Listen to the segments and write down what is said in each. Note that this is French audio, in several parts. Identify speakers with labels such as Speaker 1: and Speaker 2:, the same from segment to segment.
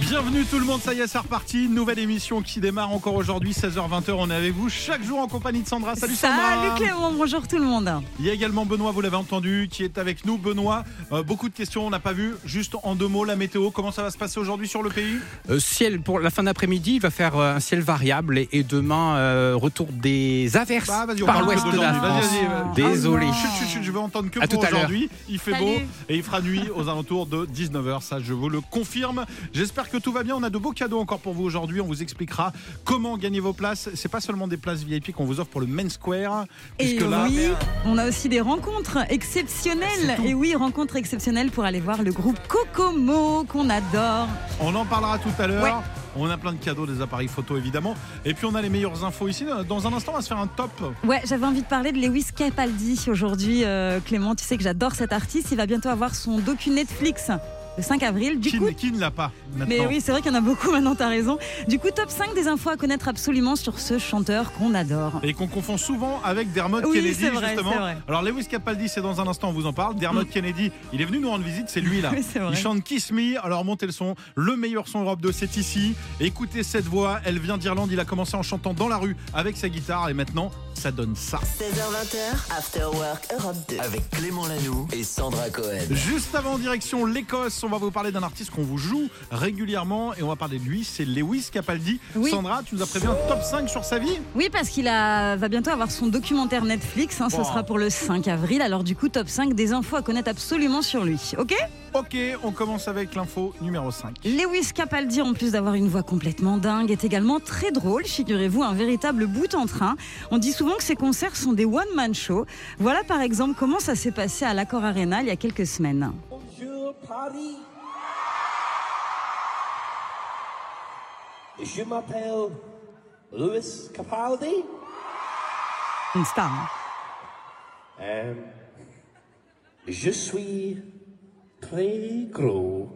Speaker 1: Bienvenue tout le monde, ça y est, c'est reparti. Une nouvelle émission qui démarre encore aujourd'hui, 16h-20h. On est avec vous chaque jour en compagnie de Sandra. Salut Sandra
Speaker 2: Clément, bonjour tout le monde.
Speaker 1: Il y a également Benoît, vous l'avez entendu, qui est avec nous. Benoît, euh, beaucoup de questions, on n'a pas vu. Juste en deux mots, la météo, comment ça va se passer aujourd'hui sur le pays
Speaker 3: Euh, ciel pour la fin d'après-midi, il va faire euh, un ciel variable et, et demain euh, retour des averses
Speaker 1: Bah, vas-y, on
Speaker 3: par
Speaker 1: parle
Speaker 3: l'ouest
Speaker 1: que
Speaker 3: de la
Speaker 1: d'aujourd'hui.
Speaker 3: France.
Speaker 1: Vas-y, vas-y, vas-y.
Speaker 3: Désolé.
Speaker 2: Ah
Speaker 1: Chut, chut, chut, je veux entendre que
Speaker 3: À
Speaker 1: pour
Speaker 3: tout à l'heure.
Speaker 1: aujourd'hui. Il fait
Speaker 2: Salut.
Speaker 1: beau et il fera nuit aux alentours de 19h. Ça, je vous le confirme. J'espère que tout va bien. On a de beaux cadeaux encore pour vous aujourd'hui. On vous expliquera comment gagner vos places. C'est pas seulement des places VIP qu'on vous offre pour le Main Square.
Speaker 2: Et
Speaker 1: puisque là,
Speaker 2: oui, on a aussi des rencontres exceptionnelles. Et oui, rencontres exceptionnelles pour aller voir le groupe Kokomo qu'on adore.
Speaker 1: on en parlera tout à l'heure.
Speaker 2: Ouais.
Speaker 1: On a plein de cadeaux, des appareils photo évidemment. Et puis on a les meilleures infos ici. Dans un instant, on va se faire un top.
Speaker 2: Ouais, j'avais envie de parler de Lewis Capaldi aujourd'hui. euh, Clément, tu sais que j'adore cet artiste. Il va bientôt avoir son docu Netflix le 5 avril. Du
Speaker 1: Qui,
Speaker 2: coup,
Speaker 1: ne- qui ne l'a pas maintenant
Speaker 2: mais oui, c'est vrai qu'il y en a beaucoup maintenant, t'as raison. Du coup, top 5 des infos à connaître absolument sur ce chanteur qu'on adore.
Speaker 1: Et qu'on confond souvent avec Dermot
Speaker 2: Oui,
Speaker 1: Kennedy,
Speaker 2: c'est vrai,
Speaker 1: justement.
Speaker 2: c'est vrai. Mm.
Speaker 1: Alors, Lewis Capaldi, c'est dans un instant, on vous en parle. Dermot Kennedy, il est venu nous rendre visite, c'est lui là.
Speaker 2: Oui, c'est vrai.
Speaker 1: il chante Kiss Me. Alors, montez le son. Le meilleur son Europe 2, c'est ici. Écoutez cette voix, elle vient d'Irlande. Il a commencé en chantant dans la rue avec sa guitare et maintenant, ça donne ça.
Speaker 4: 16h, 20h, After Work Europe 2.
Speaker 5: Avec Clément Lanoux et Sandra Cohen.
Speaker 1: Juste avant, en direction l'Écosse, on va vous parler d'un artiste qu'on vous joue régulièrement et on va parler de lui, c'est Lewis Capaldi.
Speaker 2: Oui.
Speaker 1: Sandra, tu nous as prévu un top 5 sur sa vie
Speaker 2: Oui, parce qu'il a- va bientôt avoir son documentaire Netflix. hein,
Speaker 1: Wow.
Speaker 2: Ce sera pour le 5 avril. Alors, du coup, top 5 des infos à connaître absolument sur lui. OK
Speaker 1: Ok, on commence avec l'info numéro 5.
Speaker 2: Lewis Capaldi, en plus d'avoir une voix complètement dingue, est également très drôle. Figurez-vous, un véritable bout en train. On dit souvent que ses concerts sont des one-man shows. Voilà par exemple comment ça s'est passé à l'Accor Arena il y a quelques semaines.
Speaker 6: Bonjour Paris. Je m'appelle Louis Capaldi.
Speaker 2: Une star. hein.
Speaker 6: Euh, je suis très gros.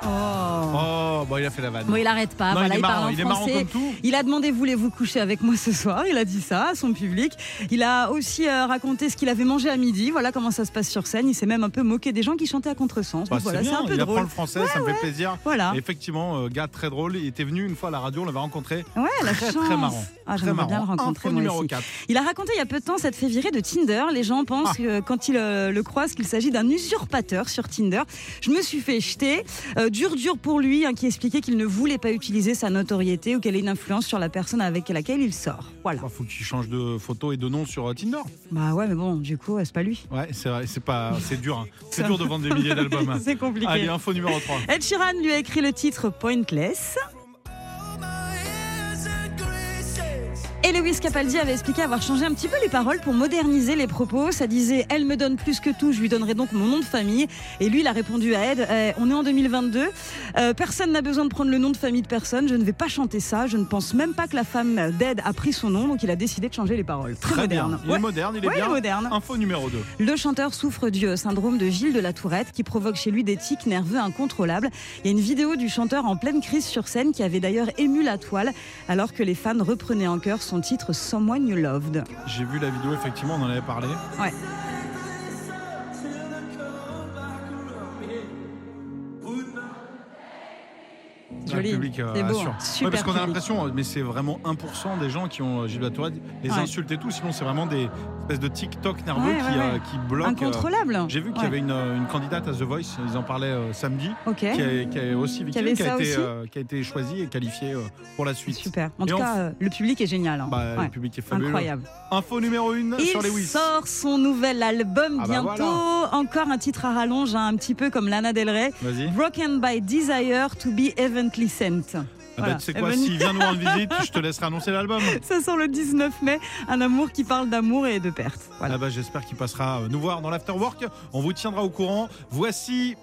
Speaker 1: Oh, bon, il a fait la vanne.
Speaker 2: Bon, il arrête pas.
Speaker 1: Non,
Speaker 2: voilà,
Speaker 1: il est
Speaker 2: il, parle
Speaker 1: marrant,
Speaker 2: en
Speaker 1: il est marrant
Speaker 2: français.
Speaker 1: comme tout.
Speaker 2: Il a demandé voulez-vous coucher avec moi ce soir. Il a dit ça à son public. Il a aussi euh, raconté ce qu'il avait mangé à midi. Voilà comment ça se passe sur scène. Il s'est même un peu moqué des gens qui chantaient à contresens.
Speaker 1: Bah,
Speaker 2: Donc voilà,
Speaker 1: c'est
Speaker 2: c'est
Speaker 1: bien,
Speaker 2: un peu
Speaker 1: il apprend
Speaker 2: drôle.
Speaker 1: le français, ça me fait plaisir.
Speaker 2: Voilà.
Speaker 1: Et Effectivement, euh, gars très drôle. Il était venu une fois à la radio, on l'avait rencontré.
Speaker 2: Ouais, la
Speaker 1: Très,
Speaker 2: chance.
Speaker 1: très marrant.
Speaker 2: Ah,
Speaker 1: Très
Speaker 2: j'aimerais bien le
Speaker 1: marrant.
Speaker 2: rencontrer.
Speaker 1: Info
Speaker 2: moi
Speaker 1: numéro
Speaker 2: aussi.
Speaker 1: 4.
Speaker 2: Il a raconté il y a peu de temps cette fait virer de Tinder. Les gens pensent
Speaker 1: Ah.
Speaker 2: que quand ils euh, le croisent qu'il s'agit d'un usurpateur sur Tinder. Je me suis fait jeter. Euh, dur, dur pour lui, hein, qui expliquait qu'il ne voulait pas utiliser sa notoriété ou qu'elle ait une influence sur la personne avec laquelle il sort. Voilà.
Speaker 1: Il Bah, faut qu'il change de photo et de nom sur euh, Tinder.
Speaker 2: Bah ouais, mais bon, du coup, euh, c'est pas lui.
Speaker 1: Ouais, c'est vrai, c'est pas, c'est dur. hein. C'est dur de vendre des milliers d'albums. hein.
Speaker 2: C'est compliqué.
Speaker 1: Allez, info numéro 3.
Speaker 2: Ed Sheeran lui a écrit le titre Pointless. Et Lewis Capaldi avait expliqué avoir changé un petit peu les paroles pour moderniser les propos. Ça disait Elle me donne plus que tout, je lui donnerai donc mon nom de famille. Et lui, il a répondu à Ed Eh, On est en 2022, euh, personne n'a besoin de prendre le nom de famille de personne, je ne vais pas chanter ça, je ne pense même pas que la femme d'Ed a pris son nom, donc il a décidé de changer les paroles. Très, moderne.
Speaker 1: bien. Il est
Speaker 2: Ouais.
Speaker 1: moderne, il est
Speaker 2: Ouais, il
Speaker 1: bien.
Speaker 2: est moderne.
Speaker 1: Info numéro 2.
Speaker 2: Le chanteur souffre du euh, syndrome de Gilles de la Tourette qui provoque chez lui des tics nerveux incontrôlables. Il y a une vidéo du chanteur en pleine crise sur scène qui avait d'ailleurs ému la toile alors que les fans reprenaient en chœur son titre Someone You Loved.
Speaker 1: J'ai vu la vidéo, effectivement, on en avait parlé.
Speaker 2: Ouais. Joli.
Speaker 1: Le public euh,
Speaker 2: C'est beau,
Speaker 1: assure.
Speaker 2: hein.
Speaker 1: Ouais,
Speaker 2: Super
Speaker 1: parce qu'on a
Speaker 2: public.
Speaker 1: l'impression, euh, mais c'est vraiment 1% des gens qui ont euh, Gilles de la Tourette, les
Speaker 2: Ouais.
Speaker 1: insultent et tout. Sinon, c'est vraiment des espèces de TikTok nerveux
Speaker 2: Ouais,
Speaker 1: qui,
Speaker 2: ouais,
Speaker 1: euh,
Speaker 2: ouais.
Speaker 1: qui bloquent. euh,
Speaker 2: Incontrôlable.
Speaker 1: J'ai vu qu'il y
Speaker 2: Ouais.
Speaker 1: avait une, euh, une candidate à The Voice, ils en parlaient euh, samedi,
Speaker 2: Ok.
Speaker 1: qui, a, qui a aussi victime,
Speaker 2: avait
Speaker 1: qui a,
Speaker 2: ça
Speaker 1: été,
Speaker 2: aussi
Speaker 1: euh, qui a été choisie et qualifiée euh, pour la suite.
Speaker 2: Super. En
Speaker 1: Et
Speaker 2: tout
Speaker 1: on-
Speaker 2: cas, euh, le public est génial. hein.
Speaker 1: Bah,
Speaker 2: Ouais.
Speaker 1: Le public est fabuleux.
Speaker 2: Incroyable.
Speaker 1: Info numéro 1 sur les
Speaker 2: Il
Speaker 1: Wiss.
Speaker 2: sort son nouvel album
Speaker 1: Ah bah
Speaker 2: bientôt. Encore un titre à rallonge, hein, un petit peu comme Lana Del Rey.
Speaker 1: Vas-y.
Speaker 2: Broken by Desire to be Evenly Sent.
Speaker 1: Ah bah,
Speaker 2: Voilà.
Speaker 1: tu sais quoi,
Speaker 2: Even-
Speaker 1: s'il vient nous rendre visite, je te laisserai annoncer l'album.
Speaker 2: Ça sort le 19 mai, un amour qui parle d'amour et de perte. Voilà.
Speaker 1: Ah bah, J'espère qu'il passera euh, nous voir dans l'afterwork. On vous tiendra au courant. Voici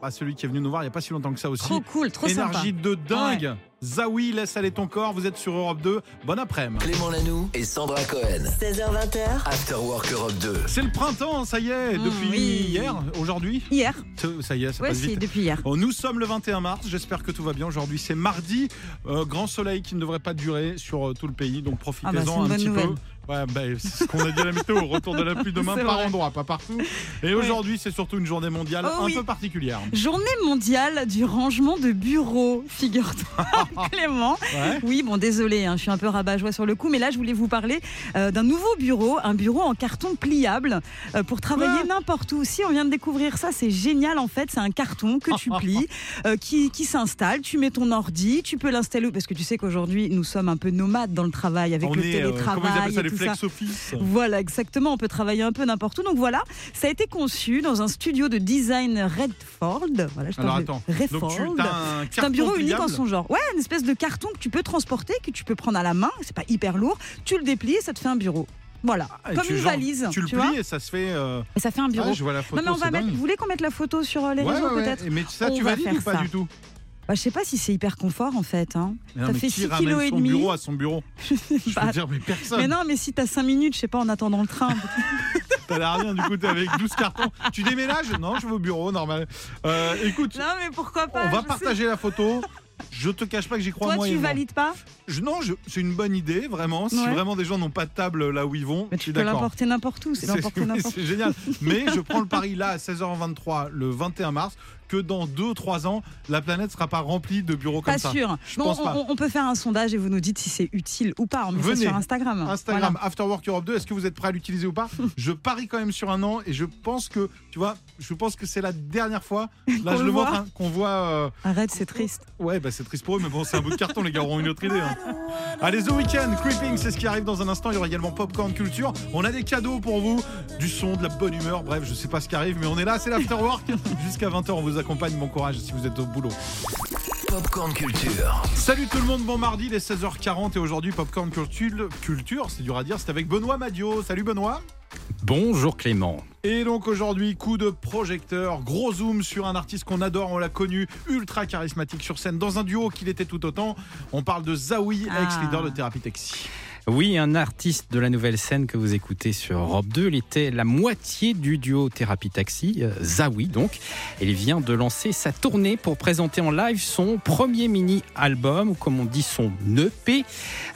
Speaker 1: bah, celui qui est venu nous voir il n'y a pas si longtemps que ça aussi.
Speaker 2: Trop cool, trop sympa.
Speaker 1: Énergie de dingue. Zawi, laisse aller ton corps. Vous êtes sur Europe 2. Bon après-midi.
Speaker 5: Clément Lanoux et Sandra Cohen.
Speaker 4: 16h, 20h,
Speaker 5: After Work Europe 2.
Speaker 1: C'est le printemps, hein, ça y est,
Speaker 2: Mm,
Speaker 1: depuis
Speaker 2: oui.
Speaker 1: hier, aujourd'hui.
Speaker 2: Hier,
Speaker 1: Ça y est, ça
Speaker 2: ouais,
Speaker 1: passe
Speaker 2: c'est
Speaker 1: vite.
Speaker 2: depuis hier.
Speaker 1: Bon, nous sommes le 21 mars, j'espère que tout va bien. Aujourd'hui, c'est mardi. Euh, grand soleil qui ne devrait pas durer sur euh, tout le pays, donc profitez-en
Speaker 2: Ah bah, c'est une
Speaker 1: un
Speaker 2: bonne
Speaker 1: petit
Speaker 2: nouvelle.
Speaker 1: peu. Ouais, bah, c'est ce qu'on a dit à la météo. Retour de la pluie demain
Speaker 2: C'est
Speaker 1: par
Speaker 2: vrai.
Speaker 1: endroit, pas partout. Et aujourd'hui, c'est surtout une journée mondiale
Speaker 2: Oh
Speaker 1: un
Speaker 2: oui.
Speaker 1: peu particulière.
Speaker 2: Journée mondiale du rangement de bureaux, figure-toi, Clément.
Speaker 1: Ouais.
Speaker 2: Oui, bon, désolé, hein, je suis un peu rabat-joie sur le coup, mais là, je voulais vous parler euh, d'un nouveau bureau, un bureau en carton pliable euh, pour travailler n'importe où. Si on vient de découvrir ça, c'est génial en fait. C'est un carton que tu plies, euh, qui, qui s'installe. Tu mets ton ordi, tu peux l'installer parce que tu sais qu'aujourd'hui, nous sommes un peu nomades dans le travail avec
Speaker 1: On
Speaker 2: le
Speaker 1: est, euh,
Speaker 2: télétravail.
Speaker 1: comment ils appellent ça,
Speaker 2: et
Speaker 1: les
Speaker 2: tout ça.
Speaker 1: flex office
Speaker 2: Voilà, exactement. On peut travailler un peu n'importe où. Donc voilà, ça a été conçu dans un studio de design Redford. Voilà, je
Speaker 1: Alors
Speaker 2: parle de
Speaker 1: attends,
Speaker 2: Redford.
Speaker 1: donc tu as un
Speaker 2: C'est
Speaker 1: carton
Speaker 2: un bureau unique en
Speaker 1: pliable.
Speaker 2: son genre. Ouais, une espèce de carton que tu peux transporter, que tu peux prendre à la main. C'est pas hyper lourd. Tu le déplies, ça te fait un bureau. Voilà,
Speaker 1: Ah, et
Speaker 2: comme
Speaker 1: tu-
Speaker 2: une
Speaker 1: genre,
Speaker 2: valise.
Speaker 1: Tu le
Speaker 2: vois
Speaker 1: plies et ça se fait. euh,
Speaker 2: Et ça fait un bureau.
Speaker 1: ah, je vois la photo.
Speaker 2: non mais on va
Speaker 1: c'est
Speaker 2: mettre.
Speaker 1: dingue.
Speaker 2: Vous voulez qu'on mette la photo sur euh, les
Speaker 1: Ouais,
Speaker 2: réseaux
Speaker 1: ouais, ouais.
Speaker 2: peut-être
Speaker 1: Mais ça,
Speaker 2: On
Speaker 1: tu
Speaker 2: va
Speaker 1: valides
Speaker 2: faire
Speaker 1: ou pas
Speaker 2: ça.
Speaker 1: du tout
Speaker 2: bah, Je sais pas si c'est hyper confort en fait. Hein.
Speaker 1: Mais non,
Speaker 2: ça
Speaker 1: mais
Speaker 2: fait
Speaker 1: qui
Speaker 2: 6
Speaker 1: ramène
Speaker 2: kilos et
Speaker 1: son
Speaker 2: demi.
Speaker 1: bureau à son bureau
Speaker 2: Je sais
Speaker 1: Je
Speaker 2: pas.
Speaker 1: veux dire, mais personne.
Speaker 2: mais non, mais si t'as 5 minutes, je sais pas, en attendant le train.
Speaker 1: T'as l'air rien, du coup, t'es avec 12 cartons. Tu déménages Non, je vais au bureau, normal. Euh, écoute,
Speaker 2: non, mais pourquoi pas
Speaker 1: on
Speaker 2: je
Speaker 1: va
Speaker 2: sais
Speaker 1: partager la photo. Je te cache pas que j'y crois
Speaker 2: Toi, tu
Speaker 1: moyennement.
Speaker 2: valides pas
Speaker 1: Je- non, je- c'est une bonne idée, vraiment. Si
Speaker 2: Ouais.
Speaker 1: vraiment des gens n'ont pas de table là où ils vont, je
Speaker 2: Mais tu
Speaker 1: suis
Speaker 2: peux
Speaker 1: d'accord.
Speaker 2: l'emporter n'importe où. C'est l'emporter
Speaker 1: oui,
Speaker 2: n'importe
Speaker 1: c'est génial. Mais je prends le pari là à 16h23, le 21 mars, que dans 2-3 ans, la planète sera pas remplie de bureaux comme
Speaker 2: Pas
Speaker 1: ça.
Speaker 2: sûr.
Speaker 1: Je
Speaker 2: Bon,
Speaker 1: pense pas.
Speaker 2: on, on peut faire un sondage et vous nous dites si c'est utile ou pas. On met ça
Speaker 1: Venez.
Speaker 2: sur Instagram.
Speaker 1: Instagram, Afterwork Europe 2, est-ce que vous êtes prêts à l'utiliser ou pas Je parie quand même sur un an et je pense que, tu vois, je pense que c'est la dernière fois, là
Speaker 2: Qu'on
Speaker 1: je
Speaker 2: le
Speaker 1: le montre,
Speaker 2: voit.
Speaker 1: hein, qu'on voit. euh,
Speaker 2: Voilà. Arrête, c'est triste.
Speaker 1: Ouais, bah c'est triste pour eux, mais bon, c'est un bout de carton, les gars auront une autre idée. hein. Allez, The Weekend, Creeping, c'est ce qui arrive dans un instant. Il y aura également Popcorn Culture. On a des cadeaux pour vous, du son, de la bonne humeur. Bref, je sais pas ce qui arrive, mais on est là, c'est l'Afterwork. Jusqu'à 20h, on vous accompagne. Bon courage si vous êtes au boulot.
Speaker 5: Popcorn Culture.
Speaker 1: Salut tout le monde, bon mardi, il est 16h40 et aujourd'hui, Popcorn Culture, culture c'est dur à dire, c'est avec Benoît Madio. Salut Benoît.
Speaker 3: Bonjour Clément.
Speaker 1: Et donc aujourd'hui, coup de projecteur, gros zoom sur un artiste qu'on adore, on l'a connu, ultra charismatique sur scène, dans un duo qu'il était tout autant. On parle de Zawi,
Speaker 2: Ah.
Speaker 1: ex-leader de Thérapie Taxi.
Speaker 3: Oui, un artiste de la nouvelle scène que vous écoutez sur Europe 2, il était la moitié du duo Thérapie Taxi, euh, Zawi donc. Et Il vient de lancer sa tournée pour présenter en live son premier mini-album, ou comme on dit son EP,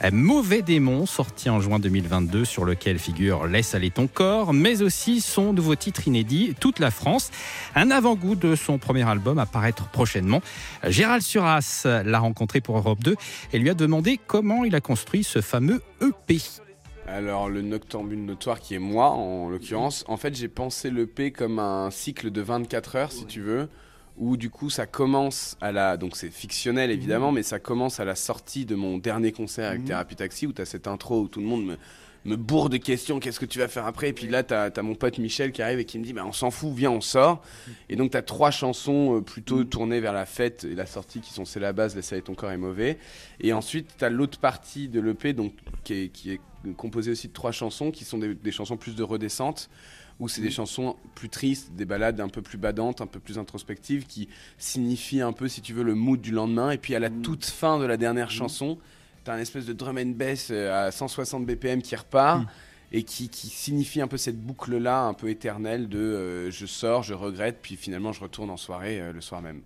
Speaker 3: euh, Mauvais Démon, sorti en juin 2022, sur lequel figure Laisse aller ton corps, mais aussi son nouveau titre inédit, Toute la France. Un avant-goût de son premier album à paraître prochainement. Gérald Suras l'a rencontré pour Europe 2 et lui a demandé comment il a construit ce fameux E EP.
Speaker 7: Alors le noctambule notoire qui est moi en l'occurrence, en fait j'ai pensé le P comme un cycle de 24 heures si tu veux, où du coup ça commence à la... Donc c'est fictionnel évidemment, mais ça commence à la sortie de mon dernier concert avec Thérapie Taxi, où t'as cette intro où tout le monde me, me bourre de questions, qu'est-ce que tu vas faire après Et puis là t'as as mon pote Michel qui arrive et qui me dit, bah, on s'en fout, viens on sort. Et donc t'as trois chansons euh, plutôt tournées vers la fête et la sortie qui sont C'est la base, Laisse aller ton corps est mauvais. Et ensuite t'as l'autre partie de l'EP, donc qui est, qui est composé aussi de trois chansons qui sont des, des chansons plus de redescente où c'est des chansons plus tristes, des balades un peu plus badantes, un peu plus introspectives qui signifient un peu si tu veux le mood du lendemain et puis à la toute fin de la dernière chanson, t'as un espèce de drum and bass euh, à 160 BPM qui repart et qui, qui signifie un peu cette boucle là un peu éternelle de euh, je sors, je regrette puis finalement je retourne en soirée euh, le soir même.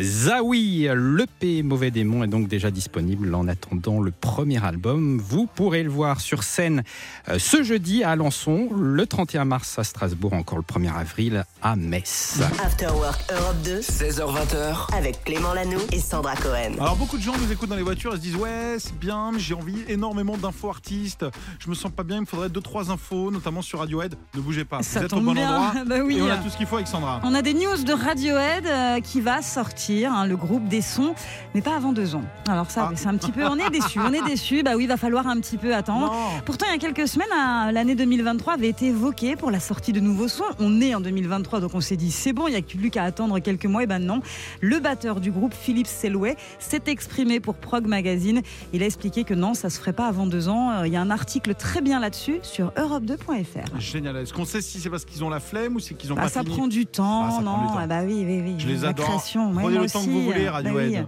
Speaker 3: Zawi, l'EP Mauvais Démon est donc déjà disponible en attendant le premier album. Vous pourrez le voir sur scène euh, ce jeudi à Alençon, le 31 mars à Strasbourg, encore le 1er avril à Metz.
Speaker 4: Afterwork Europe 2
Speaker 5: 16h20h.
Speaker 4: avec Clément Lanoux et Sandra Cohen.
Speaker 1: Alors beaucoup de gens nous écoutent dans les voitures et se disent ouais c'est bien mais j'ai envie énormément d'infos artistes je me sens pas bien il me faudrait deux trois infos notamment sur Radiohead ne bougez pas
Speaker 2: Ça
Speaker 1: vous êtes au
Speaker 2: tombe
Speaker 1: bon
Speaker 2: bien.
Speaker 1: endroit
Speaker 2: Bah oui.
Speaker 1: et on a tout ce qu'il faut avec Sandra
Speaker 2: On a des news de Radiohead euh, qui va sortir, hein, le groupe des sons, mais pas avant deux ans. Alors
Speaker 1: Ah.
Speaker 2: ça, c'est un petit peu, on est déçus, on est déçus. Bah oui, va falloir un petit peu attendre.
Speaker 1: Non.
Speaker 2: Pourtant, il y a quelques semaines, hein, l'année 2023 avait été évoquée pour la sortie de nouveaux sons. On est en 2023, donc on s'est dit c'est bon, il n'y a plus qu'à attendre quelques mois. Et ben non, le batteur du groupe Philippe Selway s'est exprimé pour Prog Magazine. Il a expliqué que non, ça se ferait pas avant deux ans. Euh, Il y a un article très bien là-dessus sur europe2.fr.
Speaker 1: génial est-ce qu'on sait si c'est parce qu'ils ont la flemme ou c'est qu'ils ont
Speaker 2: Bah,
Speaker 1: pas
Speaker 2: ça
Speaker 1: fini
Speaker 2: prend du
Speaker 1: Ah,
Speaker 2: temps,
Speaker 1: ça
Speaker 2: non
Speaker 1: prend du temps.
Speaker 2: Ah bah oui, oui, oui.
Speaker 1: je les
Speaker 2: La
Speaker 1: adore
Speaker 2: création, ouais,
Speaker 1: prenez
Speaker 2: moi
Speaker 1: le temps que
Speaker 2: aussi,
Speaker 1: vous voulez
Speaker 2: euh, bah
Speaker 1: Radiohead
Speaker 2: oui.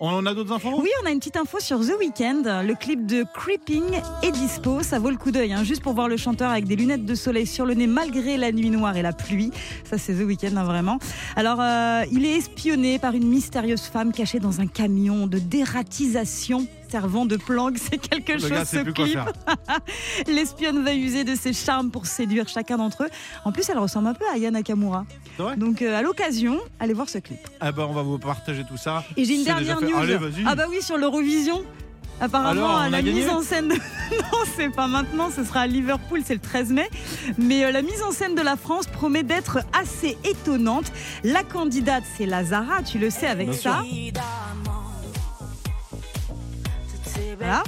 Speaker 1: on en a d'autres infos
Speaker 2: Oui, on a une petite info sur The Weeknd. Le clip de Creeping est dispo. Ça vaut le coup d'œil, hein, juste pour voir le chanteur avec des lunettes de soleil sur le nez malgré la nuit noire et la pluie. Ça, c'est The Weeknd, hein, vraiment. Alors, euh, il est espionné par une mystérieuse femme cachée dans un camion de dératisation. servant de planque. C'est quelque
Speaker 1: Le
Speaker 2: chose
Speaker 1: gars
Speaker 2: ce
Speaker 1: sait plus quoi
Speaker 2: clip.
Speaker 1: faire.
Speaker 2: L'espionne va user de ses charmes pour séduire chacun d'entre eux. En plus, elle ressemble un peu à Aya Nakamura.
Speaker 1: C'est vrai
Speaker 2: Donc, euh, à l'occasion, allez voir ce clip.
Speaker 1: Ah bah on va vous partager tout ça.
Speaker 2: Et j'ai une
Speaker 1: C'est
Speaker 2: dernière
Speaker 1: déjà fait.
Speaker 2: news.
Speaker 1: Allez, vas-y.
Speaker 2: ah bah oui, sur l'Eurovision.
Speaker 1: Alors,
Speaker 2: Apparemment,
Speaker 1: on
Speaker 2: à la
Speaker 1: a gagné
Speaker 2: mise en scène. De... non, c'est pas maintenant, ce sera à Liverpool, c'est le 13 mai. Mais euh, la mise en scène de la France promet d'être assez étonnante. La candidate, c'est Lazara, tu le sais avec ça. Voilà.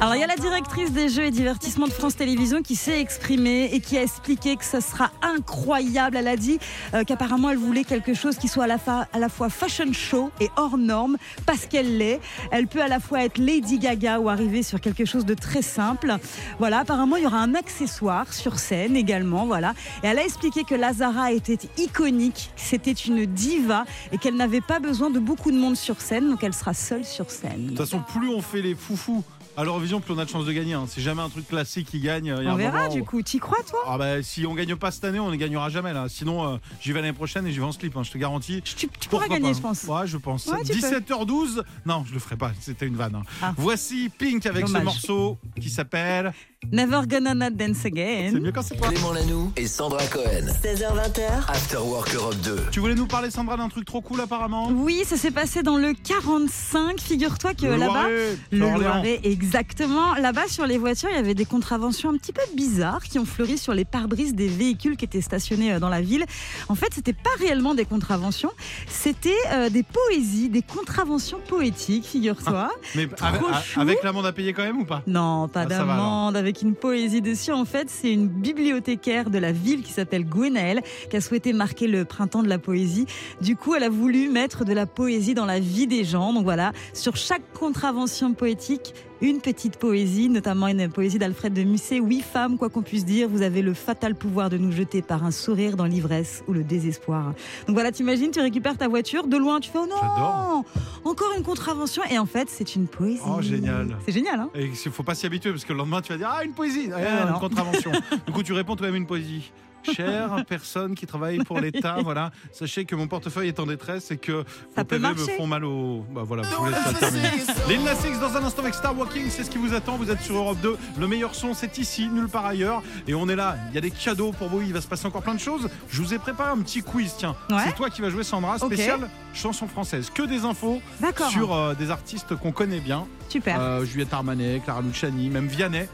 Speaker 2: Alors, il y a la directrice des Jeux et Divertissements de France Télévisions qui s'est exprimée et qui a expliqué que ça sera incroyable. Elle a dit euh, qu'apparemment, elle voulait quelque chose qui soit à la, fa- à la fois fashion show et hors norme, parce qu'elle l'est. Elle peut à la fois être Lady Gaga ou arriver sur quelque chose de très simple. Voilà, apparemment, il y aura un accessoire sur scène également. Voilà. Et elle a expliqué que Lazara était iconique, que c'était une diva et qu'elle n'avait pas besoin de beaucoup de monde sur scène, donc elle sera seule sur scène.
Speaker 1: De toute façon, plus on fait les foufous à l'Eurovision, plus on a de chances de gagner. hein. C'est jamais un truc classique qui gagne. euh, Il y a
Speaker 2: On
Speaker 1: un
Speaker 2: verra
Speaker 1: moment où-
Speaker 2: du coup. T'y crois, toi
Speaker 1: Ah bah si on gagne pas cette année, on ne gagnera jamais là. Sinon, euh, j'y vais l'année prochaine et j'y vais en slip, hein, je te garantis.
Speaker 2: tu, tu pourras
Speaker 1: Pourquoi pas.
Speaker 2: gagner,
Speaker 1: hein.
Speaker 2: je pense.
Speaker 1: Ouais, je pense.
Speaker 2: Ouais, tu peux.
Speaker 1: 17h12. Non, je le ferai pas. C'était une vanne. hein.
Speaker 2: Ah.
Speaker 1: Voici Pink avec
Speaker 2: Dommage.
Speaker 1: ce morceau qui s'appelle.
Speaker 2: Never gonna not dance
Speaker 1: C'est
Speaker 2: again.
Speaker 1: mieux quand c'est toi.
Speaker 5: Clément Lanoux et Sandra Cohen.
Speaker 4: 16h20h,
Speaker 5: After Work Europe 2.
Speaker 1: Tu voulais nous parler, Sandra, d'un truc trop cool apparemment.
Speaker 2: Oui, ça s'est passé dans le 45. Figure-toi que
Speaker 1: Le
Speaker 2: là-bas,
Speaker 1: Loiret,
Speaker 2: le
Speaker 1: Orléans.
Speaker 2: Loiret, exactement. Là-bas, sur les voitures, il y avait des contraventions un petit peu bizarres qui ont fleuri sur les pare-brises des véhicules qui étaient stationnés euh, dans la ville. En fait, c'était pas réellement des contraventions, c'était euh, des poésies, des contraventions poétiques, figure-toi.
Speaker 1: Mais avec, a-
Speaker 2: chou.
Speaker 1: avec l'amende à payer quand même ou pas
Speaker 2: Non, pas
Speaker 1: Ah, ça va,
Speaker 2: d'amende, avec une poésie dessus. En fait, c'est une bibliothécaire de la ville qui s'appelle Gwenaëlle qui a souhaité marquer le printemps de la poésie. Du coup, elle a voulu mettre de la poésie dans la vie des gens. Donc voilà, sur chaque contravention poétique, une petite poésie, notamment une poésie d'Alfred de Musset. Oui, femme, quoi qu'on puisse dire, vous avez le fatal pouvoir de nous jeter par un sourire dans l'ivresse ou le désespoir. Donc voilà, t'imagines, tu récupères ta voiture, de loin, tu fais oh non,
Speaker 1: J'adore.
Speaker 2: encore une contravention, et en fait, c'est une poésie.
Speaker 1: Oh, génial.
Speaker 2: C'est génial, hein
Speaker 1: Et il faut pas s'y habituer parce que le lendemain tu vas dire ah une poésie, ah,
Speaker 2: Euh,
Speaker 1: une
Speaker 2: non.
Speaker 1: contravention. du coup tu réponds toi-même une poésie. Chère personne qui travaille pour l'État, voilà, sachez que mon portefeuille est en détresse et que
Speaker 2: Ça
Speaker 1: vos
Speaker 2: peut
Speaker 1: PV me
Speaker 2: marcher.
Speaker 1: font mal au. Bah voilà, je vous laisse ça terminer. Lil Nas X dans un instant avec Star Walking, c'est ce qui vous attend. Vous êtes sur Europe 2. Le meilleur son, c'est ici, nulle part ailleurs. Et on est là. Il y a des cadeaux pour vous. Il va se passer encore plein de choses. Je vous ai préparé un petit quiz. Tiens,
Speaker 2: Ouais.
Speaker 1: c'est toi qui vas jouer Sandra,
Speaker 2: Ok.
Speaker 1: spécial chanson française. Que des infos
Speaker 2: D'accord.
Speaker 1: sur euh, des artistes qu'on connaît bien.
Speaker 2: Super.
Speaker 1: Euh, Juliette Armanet, Clara Luciani, même Vianney.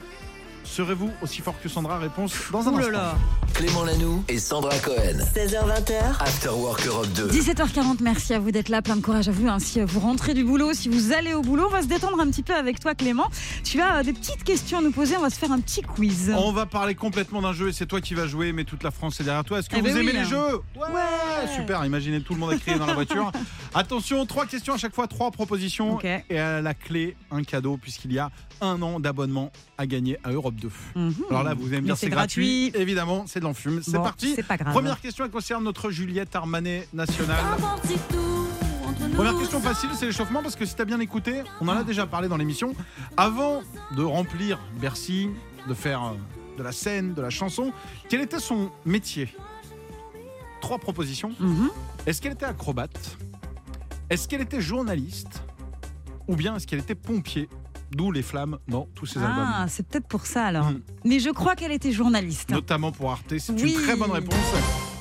Speaker 1: Serez-vous aussi fort que Sandra Réponse dans un
Speaker 2: Ouh là
Speaker 1: instant.
Speaker 2: là.
Speaker 5: Clément Lanoux et Sandra Cohen.
Speaker 4: 16h20h,
Speaker 5: After Work Europe 2.
Speaker 2: 17h40, merci à vous d'être là, plein de courage à vous. hein. Si euh, vous rentrez du boulot, si vous allez au boulot, on va se détendre un petit peu avec toi Clément. Tu as euh, des petites questions à nous poser, on va se faire un petit quiz.
Speaker 1: On va parler complètement d'un jeu et c'est toi qui vas jouer, mais toute la France est derrière toi. Est-ce que
Speaker 2: Eh
Speaker 1: vous
Speaker 2: ben
Speaker 1: aimez
Speaker 2: oui,
Speaker 1: les
Speaker 2: hein.
Speaker 1: jeux ouais, Super, imaginez tout le monde a crié dans la voiture. Attention, trois questions à chaque fois, trois propositions.
Speaker 2: Ok.
Speaker 1: Et à la clé, un cadeau, puisqu'il y a un an d'abonnement à gagner à Europe 2.
Speaker 2: Mhm.
Speaker 1: Alors là, vous allez me
Speaker 2: Mais
Speaker 1: dire
Speaker 2: c'est
Speaker 1: c'est gratuit.
Speaker 2: gratuit.
Speaker 1: Évidemment, c'est de l'enfume. C'est
Speaker 2: Bon,
Speaker 1: parti.
Speaker 2: C'est pas grave.
Speaker 1: Première question, elle concerne notre Juliette Armanet nationale. Première question facile, c'est l'échauffement parce que si t'as bien écouté, on en a déjà parlé dans l'émission. Avant de remplir Bercy, de faire euh, de la scène, de la chanson, quel était son métier Trois propositions.
Speaker 2: Mhm.
Speaker 1: Est-ce qu'elle était acrobate Est-ce qu'elle était journaliste Ou bien est-ce qu'elle était pompier D'où les flammes dans tous ses albums.
Speaker 2: Ah, c'est peut-être pour ça alors.
Speaker 1: Mhm.
Speaker 2: Mais je crois qu'elle était journaliste.
Speaker 1: Notamment pour Arte, c'est
Speaker 2: Oui.
Speaker 1: une très bonne réponse.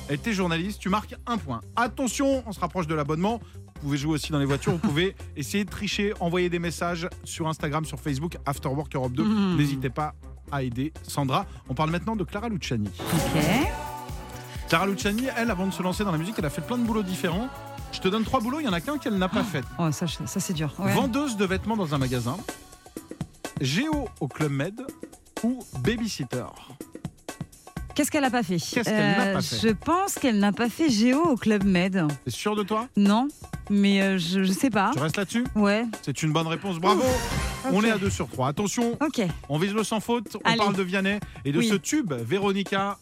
Speaker 1: Elle était journaliste, tu marques un point. Attention, on se rapproche de l'abonnement. Vous pouvez jouer aussi dans les voitures, vous pouvez essayer de tricher, envoyer des messages sur Instagram, sur Facebook, Afterwork Europe 2.
Speaker 2: Mhm.
Speaker 1: N'hésitez pas à aider Sandra. On parle maintenant de Clara Luciani.
Speaker 2: Ok.
Speaker 1: Clara Luciani, elle, avant de se lancer dans la musique, elle a fait plein de boulots différents. Je te donne trois boulots, il y en a qu'un qu'elle n'a pas fait.
Speaker 2: Oh, ça, je- ça, c'est dur. Ouais.
Speaker 1: Vendeuse de vêtements dans un magasin, géo au Club Med ou babysitter.
Speaker 2: Qu'est-ce qu'elle a pas fait Euh,
Speaker 1: Qu'est-ce qu'elle n'a pas fait
Speaker 2: Je pense qu'elle n'a pas fait Géo au Club Med.
Speaker 1: T'es sûr de toi
Speaker 2: Non, mais euh, je, je sais pas.
Speaker 1: Tu restes là-dessus
Speaker 2: Ouais,
Speaker 1: C'est une bonne réponse, bravo On est à 2 sur 3. Attention,
Speaker 2: ok.
Speaker 1: on vise le sans faute, on
Speaker 2: Allez.
Speaker 1: parle de Vianney et de
Speaker 2: Oui.
Speaker 1: ce tube, Véronica.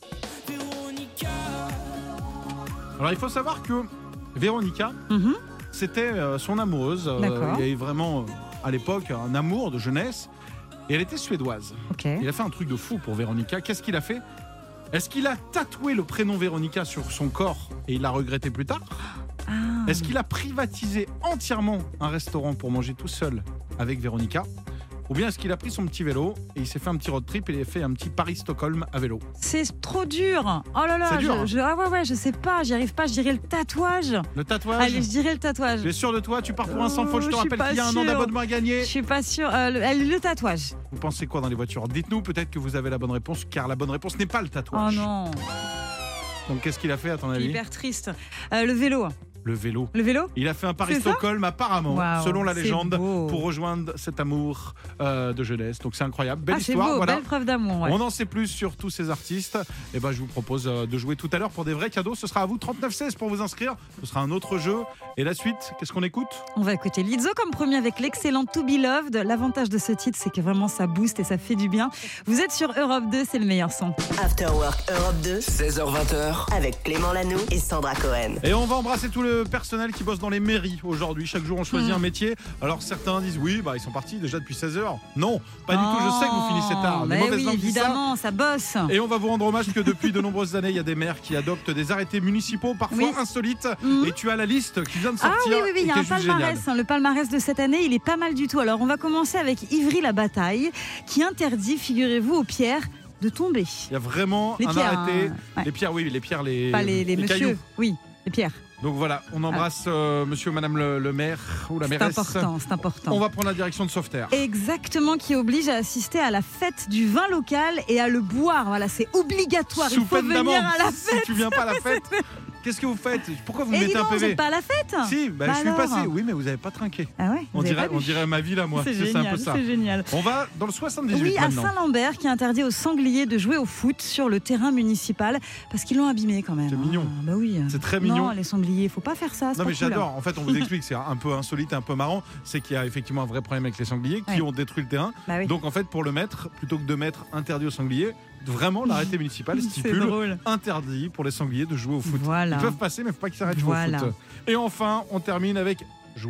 Speaker 1: Alors il faut savoir que Véronica,
Speaker 2: Mhm.
Speaker 1: c'était euh, son amoureuse. Euh,
Speaker 2: D'accord.
Speaker 1: Il y avait vraiment, euh, à l'époque, un amour de jeunesse. Et elle était suédoise.
Speaker 2: Ok.
Speaker 1: Il a fait un truc de fou pour Véronica. Qu'est-ce qu'il a fait Est-ce qu'il a tatoué le prénom Véronica sur son corps et il l'a regretté plus tard
Speaker 2: Ah.
Speaker 1: Est-ce qu'il a privatisé entièrement un restaurant pour manger tout seul avec Véronica Ou bien est-ce qu'il a pris son petit vélo et il s'est fait un petit road trip et il a fait un petit Paris-Stockholm à vélo
Speaker 2: C'est trop dur. Oh là là,
Speaker 1: C'est dur,
Speaker 2: je,
Speaker 1: hein.
Speaker 2: je- ah ouais ouais, je sais pas, j'y arrive pas, je dirais le tatouage.
Speaker 1: Le tatouage
Speaker 2: Allez, je dirais le tatouage.
Speaker 1: Tu es sûr de toi Tu pars pour un sans faute. Je te
Speaker 2: Euh, je suis
Speaker 1: rappelle
Speaker 2: pas
Speaker 1: qu'il y a un an
Speaker 2: sûre.
Speaker 1: d'abonnement à
Speaker 2: Je
Speaker 1: gagner.
Speaker 2: suis pas sûre. Euh, le, allez, le tatouage.
Speaker 1: Vous pensez quoi dans les voitures Dites-nous peut-être que vous avez la bonne réponse, car la bonne réponse n'est pas le
Speaker 2: Oh
Speaker 1: tatouage.
Speaker 2: non,
Speaker 1: Donc qu'est-ce qu'il a fait à ton avis
Speaker 2: hyper triste. Euh, le vélo.
Speaker 1: Le vélo.
Speaker 2: Le vélo
Speaker 1: Il a fait un
Speaker 2: C'est ça
Speaker 1: Paris-Stockholm apparemment,
Speaker 2: Waouh,
Speaker 1: selon la
Speaker 2: c'est
Speaker 1: légende,
Speaker 2: beau.
Speaker 1: pour rejoindre cet amour euh, de jeunesse. Donc c'est incroyable, belle
Speaker 2: Ah, c'est
Speaker 1: histoire.
Speaker 2: beau,
Speaker 1: voilà.
Speaker 2: belle preuve d'amour. ouais.
Speaker 1: On en sait plus sur tous ces artistes. Et ben, je vous propose euh, de jouer tout à l'heure pour des vrais cadeaux. Ce sera à vous 39-16 pour vous inscrire. Ce sera un autre jeu. Et la suite, qu'est-ce qu'on écoute
Speaker 2: On va écouter Lizzo comme premier avec l'excellent To Be Loved. L'avantage de ce titre, c'est que vraiment ça booste et ça fait du bien. Vous êtes sur Europe 2, c'est le meilleur son.
Speaker 4: After Work Europe 2
Speaker 5: 16h20h,
Speaker 4: avec Clément Lanoux et Sandra Cohen.
Speaker 1: Et on va embrasser tout le personnel qui bosse dans les mairies aujourd'hui. Chaque jour, on choisit
Speaker 2: Hmm.
Speaker 1: un métier. Alors certains disent oui, bah ils sont partis déjà depuis 16 heures. Non, pas du tout. Je sais que vous finissez tard. Les
Speaker 2: Oh, Mais
Speaker 1: mauvaises
Speaker 2: ben oui,
Speaker 1: langues disent ça.
Speaker 2: évidemment, ça bosse.
Speaker 1: Et on va vous rendre hommage que depuis de nombreuses années, il y a des maires qui adoptent des arrêtés municipaux parfois
Speaker 2: Oui.
Speaker 1: insolites.
Speaker 2: Mhm.
Speaker 1: Et tu as la liste qui vient de
Speaker 2: Ah
Speaker 1: sortir.
Speaker 2: oui, oui, oui, il y
Speaker 1: et
Speaker 2: a
Speaker 1: qui est
Speaker 2: un
Speaker 1: juste géniale.
Speaker 2: palmarès. hein. Le palmarès de cette année, il est pas mal du tout. Alors, on va commencer avec Ivry-la-Bataille, qui interdit, figurez-vous, aux pierres de tomber.
Speaker 1: Il y a vraiment
Speaker 2: Les
Speaker 1: un
Speaker 2: pierres,
Speaker 1: arrêté.
Speaker 2: hein. Ouais.
Speaker 1: Les pierres, oui, les pierres, les,
Speaker 2: Pas les, les
Speaker 1: cailloux.
Speaker 2: messieurs. Oui, les pierres.
Speaker 1: Donc voilà, on embrasse euh, monsieur, madame le, le maire ou la
Speaker 2: C'est
Speaker 1: mairesse.
Speaker 2: important, c'est important.
Speaker 1: On va prendre la direction de Sauveterre.
Speaker 2: Exactement, qui oblige à assister à la fête du vin local et à le boire. Voilà, c'est obligatoire.
Speaker 1: Sous
Speaker 2: Il faut
Speaker 1: peine
Speaker 2: venir
Speaker 1: d'amende,
Speaker 2: à la
Speaker 1: si
Speaker 2: fête.
Speaker 1: tu viens pas à la fête, qu'est-ce que vous faites Pourquoi vous me
Speaker 2: Et dis
Speaker 1: mettez
Speaker 2: donc,
Speaker 1: un
Speaker 2: vous
Speaker 1: PV
Speaker 2: n'êtes pas à la fête
Speaker 1: Si, bah,
Speaker 2: Bah
Speaker 1: je suis
Speaker 2: alors
Speaker 1: passé. Oui, mais vous n'avez pas trinqué.
Speaker 2: Ah ouais, vous
Speaker 1: On
Speaker 2: avez
Speaker 1: dirait,
Speaker 2: pas bu.
Speaker 1: on dirait ma vie là, moi.
Speaker 2: C'est
Speaker 1: Ça, C'est un peu
Speaker 2: génial,
Speaker 1: ça.
Speaker 2: c'est génial.
Speaker 1: On va dans le 78
Speaker 2: Oui, à
Speaker 1: maintenant.
Speaker 2: Saint-Lambert, qui interdit aux sangliers de jouer au foot sur le terrain municipal parce qu'ils l'ont abîmé quand même.
Speaker 1: C'est
Speaker 2: hein.
Speaker 1: mignon.
Speaker 2: Bah oui.
Speaker 1: C'est très
Speaker 2: Non,
Speaker 1: mignon.
Speaker 2: les sangliers, faut pas faire ça. c'est
Speaker 1: Non
Speaker 2: pas
Speaker 1: mais
Speaker 2: cool. hein.
Speaker 1: j'adore, en fait on vous explique, c'est un peu insolite, un peu marrant, c'est qu'il y a effectivement un vrai problème avec les sangliers qui
Speaker 2: Ouais.
Speaker 1: ont détruit le terrain.
Speaker 2: Bah oui.
Speaker 1: Donc en fait pour le mettre, plutôt que de mettre interdit aux sangliers, vraiment l'arrêté municipal
Speaker 2: c'est
Speaker 1: stipule
Speaker 2: drôle.
Speaker 1: interdit pour les sangliers de jouer au foot.
Speaker 2: Voilà.
Speaker 1: Ils peuvent passer, mais faut pas qu'ils s'arrêtent de
Speaker 2: Voilà.
Speaker 1: jouer au foot. Et enfin, on termine avec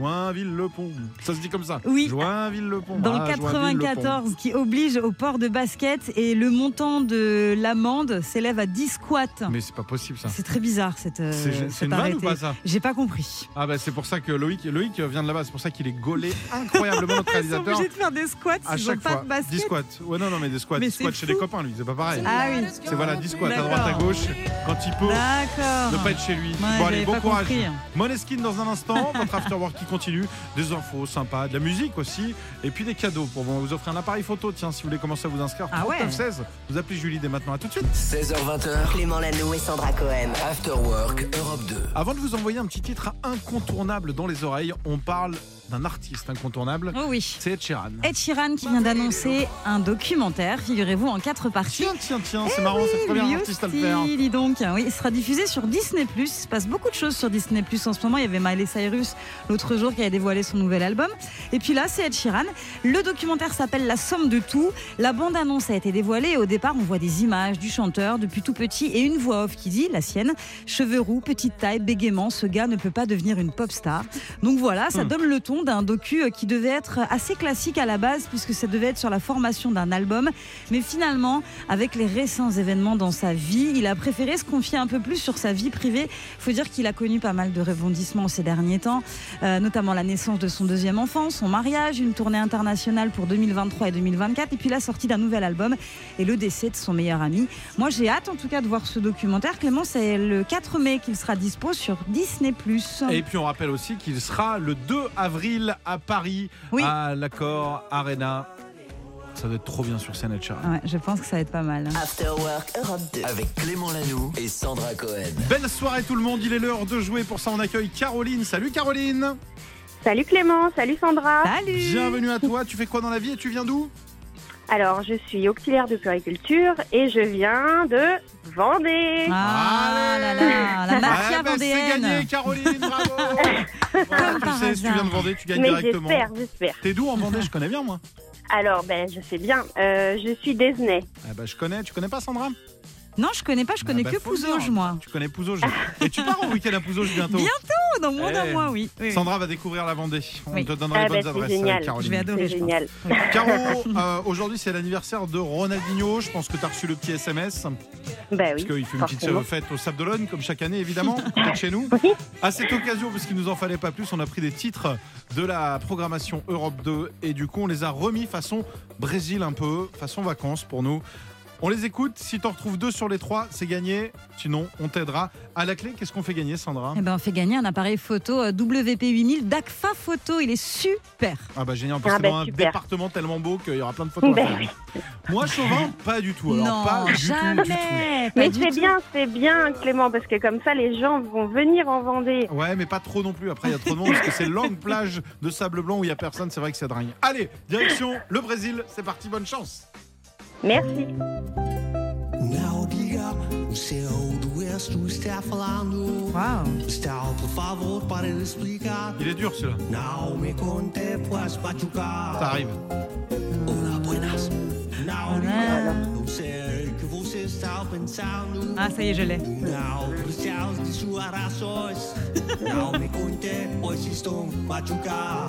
Speaker 1: Joinville-le-Pont. Ça se dit comme ça.
Speaker 2: Oui.
Speaker 1: Joinville-le-Pont.
Speaker 2: Dans
Speaker 1: Ah,
Speaker 2: le
Speaker 1: Joinville-le-Pont.
Speaker 2: 94, qui oblige au port de basket et le montant de l'amende s'élève à 10 squats.
Speaker 1: Mais c'est pas possible ça.
Speaker 2: C'est très bizarre cette. euh,
Speaker 1: C'est c'est
Speaker 2: cet
Speaker 1: une vanne ou
Speaker 2: arrêté.
Speaker 1: pas ça
Speaker 2: J'ai pas compris.
Speaker 1: Ah bah c'est pour ça que Loïc, Loïc vient de là-bas, c'est pour ça qu'il est gaulé incroyablement notre
Speaker 2: Ils sont
Speaker 1: réalisateur.
Speaker 2: obligés de faire des squats,
Speaker 1: À
Speaker 2: ils ont
Speaker 1: chaque
Speaker 2: pas
Speaker 1: fois,
Speaker 2: de
Speaker 1: 10
Speaker 2: basket.
Speaker 1: squats. Ouais, non, non, mais des squats.
Speaker 2: Mais
Speaker 1: Des
Speaker 2: c'est
Speaker 1: squats chez les
Speaker 2: fou.
Speaker 1: copains, lui, c'est pas pareil.
Speaker 2: Ah oui,
Speaker 1: C'est voilà, 10 squats à
Speaker 2: D'accord.
Speaker 1: droite, à gauche, quand il peut,
Speaker 2: d'accord.
Speaker 1: ne pas être chez lui.
Speaker 2: Ah. Ouais,
Speaker 1: bon, allez,
Speaker 2: j'avais
Speaker 1: bon
Speaker 2: pas
Speaker 1: courage.
Speaker 2: compris.
Speaker 1: Moneskin dans un instant, votre after work qui continue, des infos sympas, de la musique aussi, et puis des cadeaux pour vous. On vous offrir un appareil photo, tiens, si vous voulez commencer à vous inscrire.
Speaker 2: Ah ouais.
Speaker 1: 16, vous appelez Julie dès maintenant, à tout de suite.
Speaker 5: 16h20h,
Speaker 4: Clément Lanoux et Sandra Cohen.
Speaker 5: After Work Europe 2.
Speaker 1: Avant de vous envoyer un petit titre incontournable dans les oreilles, on parle d'un artiste incontournable,
Speaker 2: Oh oui.
Speaker 1: c'est Ed Sheeran.
Speaker 2: Ed Sheeran qui vient d'annoncer un documentaire, figurez-vous, en quatre parties.
Speaker 1: Tiens, tiens, tiens, c'est marrant, c'est le premier
Speaker 2: Eh Lui
Speaker 1: artiste à le hein.
Speaker 2: aussi,
Speaker 1: faire.
Speaker 2: dis donc. Oui, il sera diffusé sur Disney+. Il se passe beaucoup de choses sur Disney+. En ce moment, il y avait Miley Cyrus l'autre jour qui a dévoilé son nouvel album. Et puis là, c'est Ed Sheeran. Le documentaire s'appelle La somme de tout. La bande-annonce a été dévoilée et au départ, on voit des images du chanteur depuis tout petit et une voix off qui dit, la sienne, cheveux roux, petite taille, bégaiement, ce gars ne peut pas devenir une pop star. Donc voilà, ça donne le ton d'un docu euh, qui devait être assez classique à la base puisque ça devait être sur la formation d'un album. Mais finalement, avec les récents événements dans sa vie, il a préféré se confier un peu plus sur sa vie privée. Faut dire qu'il a connu pas mal de rebondissements ces derniers temps, euh, notamment la naissance de son deuxième enfant, son mariage, une tournée internationale pour 2023 et 2024, et puis la sortie d'un nouvel album et le décès de son meilleur ami. Moi, j'ai hâte en tout cas de voir ce documentaire. Clément, c'est le 4 mai qu'il sera dispo sur Disney+.
Speaker 1: Et puis on rappelle aussi qu'il sera le 2 avril à Paris,
Speaker 2: Oui.
Speaker 1: à l'accord Arena. Ça doit être trop bien sur scène, Ed Sheeran.
Speaker 2: Ouais, je pense que ça va être pas mal. hein.
Speaker 4: After Work Europe 2.
Speaker 5: Avec Clément Lanoux et Sandra Cohen.
Speaker 1: Belle soirée tout le monde, il est l'heure de jouer. Pour ça, on accueille Caroline. Salut Caroline
Speaker 8: Salut Clément, salut Sandra.
Speaker 2: Salut
Speaker 1: Bienvenue à toi. Tu fais quoi dans la vie et tu viens d'où
Speaker 8: Alors, je suis auxiliaire de puériculture et je viens de Vendée.
Speaker 2: Ah là
Speaker 1: Allez
Speaker 2: là, la mafia
Speaker 1: Ah, bah, C'est
Speaker 2: vendéenne.
Speaker 1: gagné, Caroline, bravo Voilà, Tu
Speaker 2: par
Speaker 1: sais, si tu
Speaker 2: hasard.
Speaker 1: viens de Vendée, tu gagnes
Speaker 8: Mais
Speaker 1: directement.
Speaker 8: j'espère, j'espère.
Speaker 1: T'es d'où en Vendée Je connais bien, moi.
Speaker 8: Alors, ben, je sais bien, euh, je suis d'Esnay.
Speaker 1: Ah bah, je connais. Tu connais pas, Sandra
Speaker 2: Non, je connais pas, je connais
Speaker 1: Ah bah,
Speaker 2: que
Speaker 1: faut le dire.
Speaker 2: Pouzauge, moi.
Speaker 1: Tu connais Pouzauge. et tu pars en week-end à Pouzauge bientôt.
Speaker 2: Bientôt, Oh, dans moins d'un
Speaker 1: Eh.
Speaker 2: mois, oui. Oui, oui.
Speaker 1: Sandra va découvrir la Vendée. On
Speaker 2: Oui.
Speaker 1: te donnera les
Speaker 8: Ah bah,
Speaker 1: bonnes
Speaker 8: c'est
Speaker 1: adresses,
Speaker 8: génial.
Speaker 1: Caroline.
Speaker 2: Je vais adorer,
Speaker 8: C'est
Speaker 2: je
Speaker 8: génial.
Speaker 1: Caro, euh, aujourd'hui c'est l'anniversaire de Ronaldinho. Je pense que tu as reçu le petit SMS.
Speaker 8: Bah
Speaker 1: Parce
Speaker 8: oui.
Speaker 1: qu'il fait une petite euh,
Speaker 8: forcément.
Speaker 1: fête au Sable d'Olonne, comme chaque année, évidemment, peut-être chez nous. À cette occasion, parce qu'il nous en fallait pas plus, on a pris des titres de la programmation Europe 2 et du coup, on les a remis façon Brésil un peu, façon vacances pour nous. On les écoute. Si t'en retrouves deux sur les trois, c'est gagné. Sinon, on t'aidera. À la clé, qu'est-ce qu'on fait gagner,
Speaker 8: Ah
Speaker 1: Sandra
Speaker 2: Eh ben, on fait gagner un appareil photo euh, WP8000 d'ACFA Photo. Il est super.
Speaker 1: Ah bah génial, parce
Speaker 8: Ah
Speaker 1: que
Speaker 8: bah,
Speaker 1: dans un
Speaker 8: super.
Speaker 1: département tellement beau qu'il y aura plein de photos. à
Speaker 8: Ben
Speaker 1: faire. Moi, Chauvin, pas du tout. Alors,
Speaker 2: non,
Speaker 1: pas du tout, du tout.
Speaker 2: jamais. pas
Speaker 8: Mais
Speaker 2: du
Speaker 8: c'est
Speaker 2: tout.
Speaker 8: bien, c'est bien, Clément, parce que comme ça, les gens vont venir en Vendée.
Speaker 1: Ouais, mais pas trop non plus. Après, il y a trop de monde parce que c'est longue plage de sable blanc où il y a personne. C'est vrai que ça dragne. Allez, direction le Brésil. C'est parti, bonne chance.
Speaker 8: Merci.
Speaker 5: Não diga, o seu doenço está falando.
Speaker 2: Waouh.
Speaker 5: Está, por favor, para ele explicar.
Speaker 1: Il est dur celui-là.
Speaker 5: Não me conte, pois machucar.
Speaker 1: Ça arrive.
Speaker 5: Hola, buenas. Não
Speaker 2: Voilà.
Speaker 5: diga, não sei o que você está pensando.
Speaker 2: Ah, ça y est, je l'ai.
Speaker 5: Não preciso de suas razões. Não me conte, pois estou machucar.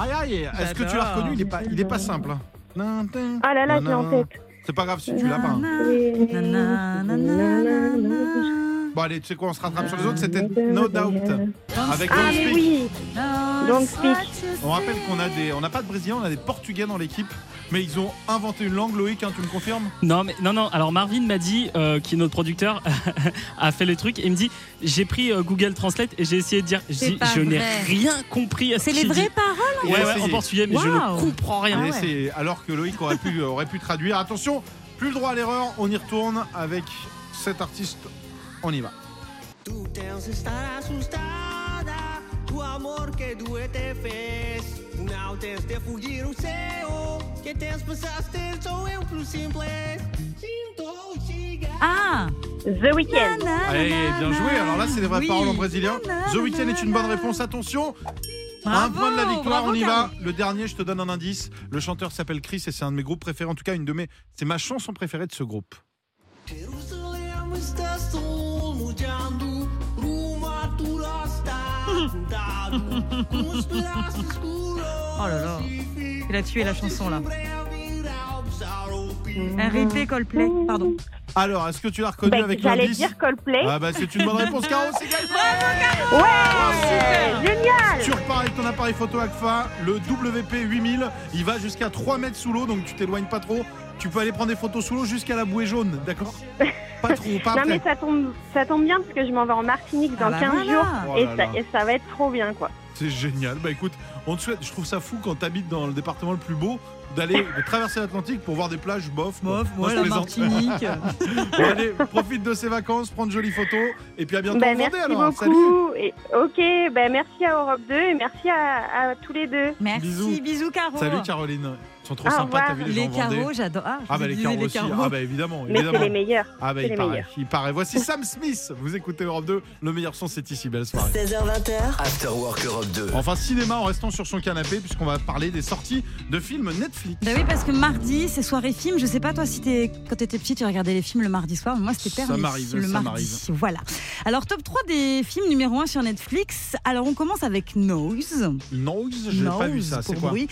Speaker 1: Aïe, aïe. Est-ce que tu l'as reconnu Il est pas, il est pas simple. hein. Nan, nan,
Speaker 8: Ah là là, je l'ai en
Speaker 1: nan.
Speaker 8: tête.
Speaker 1: C'est pas grave si tu l'as pas. hein.
Speaker 2: Na, na, na, na, na, na.
Speaker 1: Bon, allez, tu sais quoi, on se rattrape sur les autres. C'était No Doubt. Avec
Speaker 8: Ah
Speaker 1: Don't
Speaker 8: mais
Speaker 1: Speak.
Speaker 8: oui, Don't speak.
Speaker 1: On rappelle qu'on a des, on n'a pas de Brésiliens, on a des Portugais dans l'équipe, mais ils ont inventé une langue. Loïc, hein, tu me confirmes
Speaker 9: Non, mais non, non. Alors Marvin m'a dit, euh, qui est notre producteur, a fait le truc. Et il me dit, j'ai pris euh, Google Translate et j'ai essayé de dire, je,
Speaker 2: C'est
Speaker 9: dis,
Speaker 2: pas
Speaker 9: je n'ai
Speaker 2: vrai.
Speaker 9: rien compris à ce
Speaker 2: C'est les
Speaker 9: qu'il
Speaker 2: vraies paroles
Speaker 9: dit.
Speaker 1: Il a
Speaker 9: Ouais, ouais, en
Speaker 1: essayé.
Speaker 9: portugais, mais je
Speaker 2: Waouh.
Speaker 9: ne comprends rien.
Speaker 2: Ah ouais.
Speaker 1: Et c'est- alors que Loïc aurait pu, euh, aurait pu traduire. Attention, plus le droit à l'erreur, on y retourne avec cet artiste. On y va.
Speaker 5: Tu tens de estar assustada do amor que doete fez. Não tens de fugir o seu. Que tens pensaste sou eu pro simples. Sinto chegar.
Speaker 2: Ah
Speaker 8: The Weeknd.
Speaker 1: Allez, bien joué. Alors là, c'est des vraies
Speaker 2: Oui.
Speaker 1: paroles en brésilien.
Speaker 2: Na, na,
Speaker 1: The Weeknd
Speaker 2: na,
Speaker 1: est une bonne
Speaker 2: na.
Speaker 1: réponse. Attention, un
Speaker 2: Bravo,
Speaker 1: point de la victoire.
Speaker 2: bravo,
Speaker 1: on y
Speaker 2: Caro.
Speaker 1: va. Le dernier, je te donne un indice. Le chanteur s'appelle Chris et c'est un de mes groupes préférés. En tout cas, une de mes, c'est ma chanson préférée de ce groupe.
Speaker 5: Jerusalém está sol mudando. Rumo à tua cidade. Com os braços escuros.
Speaker 2: Oh là là. Il a tué la chanson là.
Speaker 5: là.
Speaker 2: R.I.P. Coldplay, pardon.
Speaker 1: Alors, est-ce que tu l'as reconnu
Speaker 8: Ben,
Speaker 1: avec
Speaker 8: J'allais
Speaker 1: l'indice
Speaker 8: dire Coldplay.
Speaker 1: Ah bah c'est une bonne réponse, Caro. C'est gagné.
Speaker 8: ouais, génial.
Speaker 1: Tu repars avec ton appareil photo ACFA, le WP8000. Il va jusqu'à 3 mètres sous l'eau, donc tu t'éloignes pas trop. Tu peux aller prendre des photos sous l'eau jusqu'à la bouée jaune, d'accord Pas trop, pas
Speaker 8: Non mais
Speaker 1: après.
Speaker 8: ça tombe, ça tombe bien parce que je m'en vais en Martinique dans
Speaker 2: Ah bah
Speaker 8: 15
Speaker 2: voilà.
Speaker 8: jours
Speaker 1: Oh
Speaker 8: et,
Speaker 1: là
Speaker 8: ça,
Speaker 1: là.
Speaker 8: et ça va être trop bien quoi.
Speaker 1: C'est génial. Bah écoute, on te souhaite, je trouve ça fou quand t'habites dans le département le plus beau, d'aller de traverser l'Atlantique pour voir des plages bof. quoi.
Speaker 2: Bof,
Speaker 1: Non,
Speaker 2: moi
Speaker 1: je
Speaker 2: la
Speaker 1: plaisante.
Speaker 2: Martinique.
Speaker 1: Bon, allez, profite de ces vacances, prends de jolies photos, et puis à bientôt
Speaker 8: Ben,
Speaker 1: en Vendée,
Speaker 8: merci
Speaker 1: alors. Salut.
Speaker 8: beaucoup. Et, ok, ben merci à Europe 2 et merci à, à tous les deux.
Speaker 2: Merci,
Speaker 1: Bisous.
Speaker 2: bisous, Caro.
Speaker 1: Salut Caroline. Ils sont trop
Speaker 8: Au
Speaker 1: sympas,
Speaker 8: revoir.
Speaker 1: t'as vu les,
Speaker 2: Les
Speaker 1: gens en Vendée.
Speaker 2: Caro, j'adore. Ah, je
Speaker 1: Ah bah
Speaker 2: vous
Speaker 1: les
Speaker 2: disais
Speaker 1: carreaux
Speaker 2: les
Speaker 1: aussi.
Speaker 2: Caro.
Speaker 1: Ah bah évidemment,
Speaker 8: Mais c'est
Speaker 1: évidemment.
Speaker 8: les meilleurs.
Speaker 1: Ah bah
Speaker 8: C'est
Speaker 1: il
Speaker 8: les
Speaker 1: paraît,
Speaker 8: meilleurs.
Speaker 1: il paraît. Voici Sam Smith. Vous écoutez Europe 2, le meilleur son c'est ici, belle soirée.
Speaker 4: 16h, 20h,
Speaker 5: After Work Europe 2.
Speaker 1: Enfin cinéma en restant sur son canapé puisqu'on va parler des sorties de films Netflix.
Speaker 2: Bah oui, parce que mardi, c'est soirée film. Je sais pas, toi, si t'es- quand t'étais petit, tu regardais les films le mardi soir. mais Moi, c'était
Speaker 1: Ça
Speaker 2: permis.
Speaker 1: m'arrive,
Speaker 2: le
Speaker 1: ça
Speaker 2: mardi.
Speaker 1: m'arrive.
Speaker 2: Voilà. Alors, top 3 des films numéro 1 sur Netflix. Alors, on commence avec Noise.
Speaker 1: Noise, j'ai pas vu ça,
Speaker 2: Noise,
Speaker 1: c'est
Speaker 2: pour
Speaker 1: quoi
Speaker 2: bruit.
Speaker 1: Donc,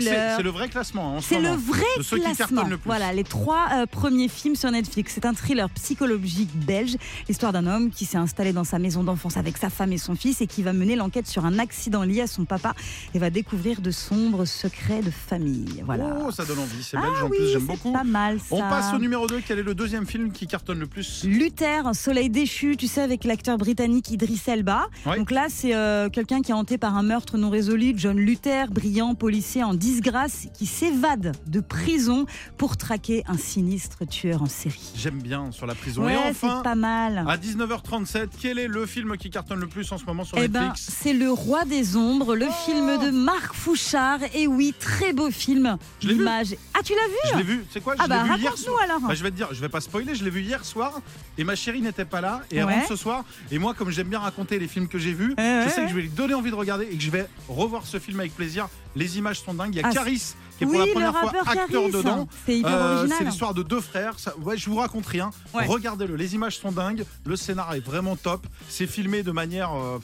Speaker 2: Thriller.
Speaker 1: C'est c'est le vrai classement hein, en ce
Speaker 2: C'est le
Speaker 1: moment.
Speaker 2: vrai
Speaker 1: de ceux qui
Speaker 2: classement.
Speaker 1: cartonnent le plus.
Speaker 2: Voilà, les trois euh, premiers films sur Netflix. C'est un thriller psychologique belge, l'histoire d'un homme qui s'est installé dans sa maison d'enfance avec sa femme et son fils et qui va mener l'enquête sur un accident lié à son papa et va découvrir de sombres secrets de famille. Voilà.
Speaker 1: Oh, ça donne envie, c'est
Speaker 2: Ah
Speaker 1: belge en
Speaker 2: oui,
Speaker 1: plus, j'aime
Speaker 2: c'est
Speaker 1: beaucoup.
Speaker 2: Pas mal ça.
Speaker 1: On passe au numéro 2, quel est le deuxième film qui cartonne le plus
Speaker 2: Luther, un soleil déchu, tu sais, avec l'acteur britannique Idris Elba.
Speaker 1: Ouais.
Speaker 2: Donc là, c'est euh, quelqu'un qui est hanté par un meurtre non résolu. John Luther, brillant policier en disgrâce, qui s'évade de prison pour traquer un sinistre tueur en série.
Speaker 1: J'aime bien sur la prison. Et
Speaker 2: Ouais,
Speaker 1: enfin,
Speaker 2: c'est pas mal.
Speaker 1: à 19h37, quel est le film qui cartonne le plus en ce moment sur
Speaker 2: Eh ben,
Speaker 1: Netflix
Speaker 2: c'est Le Roi des Ombres, le film de Marc Fouchard. Et oui, très beau film.
Speaker 1: Je l'ai vu.
Speaker 2: L'image. Ah, tu l'as vu
Speaker 1: Je l'ai vu, c'est quoi Je
Speaker 2: Ah bah,
Speaker 1: l'ai vu hier
Speaker 2: raconte-nous alors.
Speaker 1: Bah, je vais te dire, je vais pas spoiler, je l'ai vu hier soir et ma chérie n'était pas là et elle
Speaker 2: Ouais.
Speaker 1: rentre ce soir. Et moi, comme j'aime bien raconter les films que j'ai vus,
Speaker 2: Ouais,
Speaker 1: je
Speaker 2: ouais,
Speaker 1: sais que
Speaker 2: ouais.
Speaker 1: je vais lui donner envie de regarder et que je vais revoir ce film avec plaisir. Les images sont dingues. Il y a
Speaker 2: Ah,
Speaker 1: Caris qui est
Speaker 2: oui,
Speaker 1: pour la
Speaker 2: le
Speaker 1: première fois
Speaker 2: rappeur
Speaker 1: acteur
Speaker 2: Caris.
Speaker 1: dedans.
Speaker 2: C'est hyper
Speaker 1: Euh,
Speaker 2: original.
Speaker 1: c'est l'histoire de deux frères. Ça- ouais, je vous raconte rien.
Speaker 2: Ouais.
Speaker 1: Regardez-le. Les images sont dingues. Le scénar est vraiment top. C'est filmé de manière euh,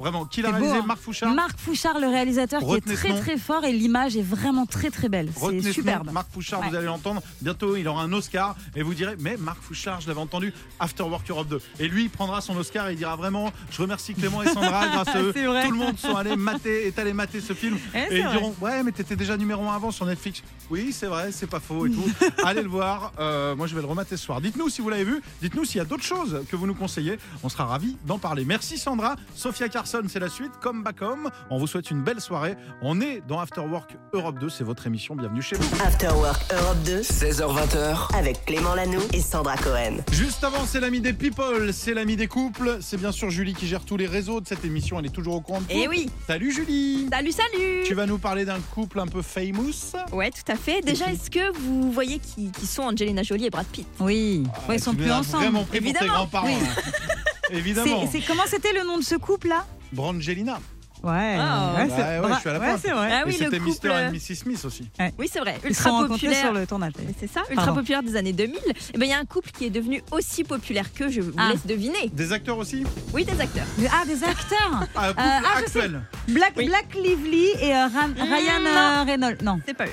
Speaker 1: Vraiment, qui l'a
Speaker 2: C'est beau,
Speaker 1: réalisé
Speaker 2: hein.
Speaker 1: Marc Fouchard
Speaker 2: Marc Fouchard, le réalisateur, qui
Speaker 1: Retenez
Speaker 2: est
Speaker 1: ce
Speaker 2: très
Speaker 1: nom.
Speaker 2: très fort et l'image est vraiment très très belle.
Speaker 1: Retenez ce
Speaker 2: C'est
Speaker 1: nom,
Speaker 2: superbe.
Speaker 1: Marc Fouchard, vous
Speaker 2: Ouais.
Speaker 1: allez l'entendre. Bientôt, il aura un Oscar et vous direz Mais Marc Fouchard, je l'avais entendu, After Work Europe 2. Et lui, il prendra son Oscar et il dira Vraiment, je remercie Clément et Sandra, grâce à eux,
Speaker 2: C'est vrai.
Speaker 1: tout le monde sont allés mater, est allé mater ce film.
Speaker 2: Eh, c'est
Speaker 1: et ils
Speaker 2: vrai.
Speaker 1: diront Ouais, mais t'étais déjà numéro 1 avant sur Netflix. Oui, c'est vrai, c'est pas faux et tout. allez le voir. Euh, moi, je vais le remater ce soir. Dites-nous si vous l'avez vu. Dites-nous s'il y a d'autres choses que vous nous conseillez. On sera ravis d'en parler. Merci Sandra. Sophia Carson, c'est la suite. Come back home. On vous souhaite une belle soirée. On est dans After Work Europe 2. C'est votre émission. Bienvenue chez vous.
Speaker 4: After Work Europe 2
Speaker 10: 16h20h.
Speaker 4: avec Clément Lanoux et Sandra Cohen.
Speaker 1: Juste avant, c'est l'ami des people, c'est l'ami des couples. C'est bien sûr Julie qui gère tous les réseaux de cette émission. Elle est toujours au courant de tout.
Speaker 2: Eh
Speaker 11: Et oui,
Speaker 1: Salut Julie
Speaker 11: salut, salut
Speaker 1: Tu vas nous parler d'un couple un peu famous.
Speaker 11: Ouais, tout à fait. Déjà, est-ce que vous voyez qui, qui sont Angelina Jolie et Brad Pitt
Speaker 2: Oui, Ouais, ils
Speaker 1: Ah,
Speaker 2: sont
Speaker 1: Tu nous
Speaker 2: plus
Speaker 1: as
Speaker 2: ensemble.
Speaker 1: Vraiment pris pour tes
Speaker 11: Évidemment.
Speaker 1: grands-parents. hein.
Speaker 2: Oui.
Speaker 1: Évidemment.
Speaker 2: C'est c'est- comment c'était le nom de ce couple là
Speaker 1: Brangelina.
Speaker 2: Ouais,
Speaker 11: Ah,
Speaker 2: ouais,
Speaker 1: bah
Speaker 2: c'est-
Speaker 1: ouais,
Speaker 2: bra-
Speaker 1: je suis à la
Speaker 2: ouais,
Speaker 1: pointe. Euh,
Speaker 2: c'est vrai.
Speaker 11: Ah
Speaker 1: et
Speaker 11: oui, le
Speaker 1: c'était
Speaker 11: couple.
Speaker 1: Mister et
Speaker 2: euh,
Speaker 1: Mrs Smith aussi.
Speaker 11: Oui, c'est vrai.
Speaker 2: Ils se sont
Speaker 11: Ultra
Speaker 2: rencontrés
Speaker 11: populaire.
Speaker 2: sur le tournage.
Speaker 11: Mais
Speaker 2: d'ailleurs.
Speaker 11: c'est ça, ultra
Speaker 2: Pardon.
Speaker 11: populaire des années 2000. Et ben il y a un couple qui est devenu aussi populaire que je vous
Speaker 2: Ah.
Speaker 11: laisse deviner.
Speaker 1: Des acteurs aussi
Speaker 11: Oui, des acteurs.
Speaker 2: Ah, des acteurs
Speaker 1: Ah, couple
Speaker 2: ah, je
Speaker 1: actuel.
Speaker 2: Black,
Speaker 11: Oui.
Speaker 2: Black Lively et euh,
Speaker 1: Mmh.
Speaker 2: Ram- Ryan euh, Reynolds. Non.
Speaker 11: C'est pas eux.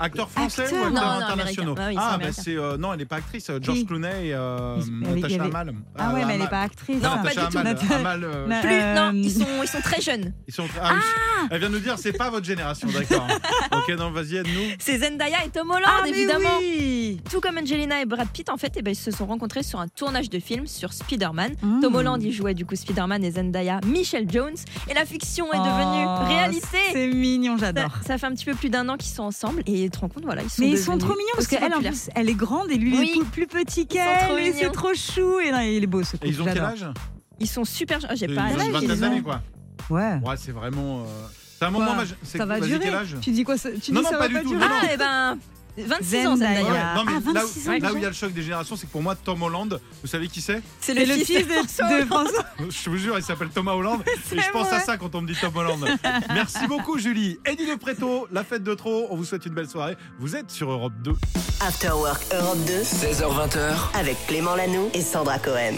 Speaker 1: Acteurs français
Speaker 2: Acteurs.
Speaker 1: ou acteurs
Speaker 11: Non, non,
Speaker 1: internationaux
Speaker 11: américains. Ah oui, ils sont
Speaker 1: Ah, bah
Speaker 11: américains.
Speaker 1: c'est. euh, non, elle n'est pas actrice. euh, George
Speaker 2: Qui
Speaker 1: Clooney et euh,
Speaker 2: Mais avec- il y
Speaker 1: Natasha
Speaker 2: avait-
Speaker 1: Hamal. Euh,
Speaker 2: Ah, ouais, mais elle n'est
Speaker 1: Hamal.
Speaker 2: pas actrice.
Speaker 11: Non, pas
Speaker 1: Natasha
Speaker 11: du tout.
Speaker 1: Hamal,
Speaker 2: Nat-
Speaker 1: Hamal, euh,
Speaker 2: Na-
Speaker 11: Plus,
Speaker 2: Euh,
Speaker 11: non, ils sont, ils sont très jeunes.
Speaker 1: Ils sont ah, oui. Elle vient nous dire, c'est pas votre génération, d'accord. ok, non, vas-y, aide-nous.
Speaker 11: C'est Zendaya et Tom Holland,
Speaker 2: Ah, mais
Speaker 11: évidemment.
Speaker 2: oui
Speaker 11: Tout comme Angelina et Brad Pitt, en fait, eh ben, ils se sont rencontrés sur un tournage de film sur Spider-Man.
Speaker 2: Mmh.
Speaker 11: Tom Holland y jouait du coup Spider-Man et Zendaya, Michelle Jones. Et la fiction est
Speaker 2: Oh,
Speaker 11: devenue réalité.
Speaker 2: C'est mignon,
Speaker 11: Ça,
Speaker 2: j'adore.
Speaker 11: ça fait un petit peu plus d'un an qu'ils sont ensemble et tu te rends compte, voilà, ils sont
Speaker 2: Mais ils sont
Speaker 11: devenus
Speaker 2: trop mignons parce
Speaker 11: aussi
Speaker 2: qu'elle, en
Speaker 11: populaires.
Speaker 2: plus, elle est grande et lui, il est
Speaker 11: Oui.
Speaker 2: tout plus petit
Speaker 11: trop
Speaker 2: qu'elle. Et
Speaker 11: mignons.
Speaker 2: c'est trop chou. Et non, il est beau ce couple.
Speaker 1: Et ils ont quel
Speaker 2: j'adore.
Speaker 1: âge
Speaker 11: Ils sont super. Ah, j'ai
Speaker 1: Une
Speaker 11: pas
Speaker 2: ils ont une
Speaker 11: l'âge, ils
Speaker 1: vingtaine
Speaker 11: ont-
Speaker 1: d'années, quoi.
Speaker 2: Ouais.
Speaker 1: Ouais, c'est vraiment. euh, C'est un moment
Speaker 2: Quoi
Speaker 1: magique. C'est
Speaker 2: Ça va
Speaker 1: vas-y,
Speaker 2: durer.
Speaker 1: quel âge
Speaker 2: Tu dis quoi ça- Tu
Speaker 1: Non,
Speaker 2: dis
Speaker 1: non,
Speaker 2: ça
Speaker 1: pas
Speaker 2: va
Speaker 1: du
Speaker 2: pas
Speaker 1: tout,
Speaker 2: durer
Speaker 1: non, non.
Speaker 11: Ah, et ben 26 ans
Speaker 2: Zendaya.
Speaker 11: Zendaya.
Speaker 2: Ah,
Speaker 1: non, mais là, où-
Speaker 2: 26 ans,
Speaker 1: là où il y a
Speaker 2: déjà.
Speaker 1: le choc des générations, c'est que pour moi, Tom Holland, vous savez qui c'est
Speaker 11: C'est
Speaker 2: C'est le fils de
Speaker 11: François
Speaker 2: de François.
Speaker 1: Je vous jure, il s'appelle Thomas Holland. et je pense
Speaker 2: vrai.
Speaker 1: à ça quand on me dit Tom Holland. Merci beaucoup, Julie. Eddie Le Préto, la fête de trop. On vous souhaite une belle soirée. Vous êtes sur Europe 2.
Speaker 4: After Work Europe 2
Speaker 10: 16h20h.
Speaker 4: avec Clément Lanoux et Sandra Cohen.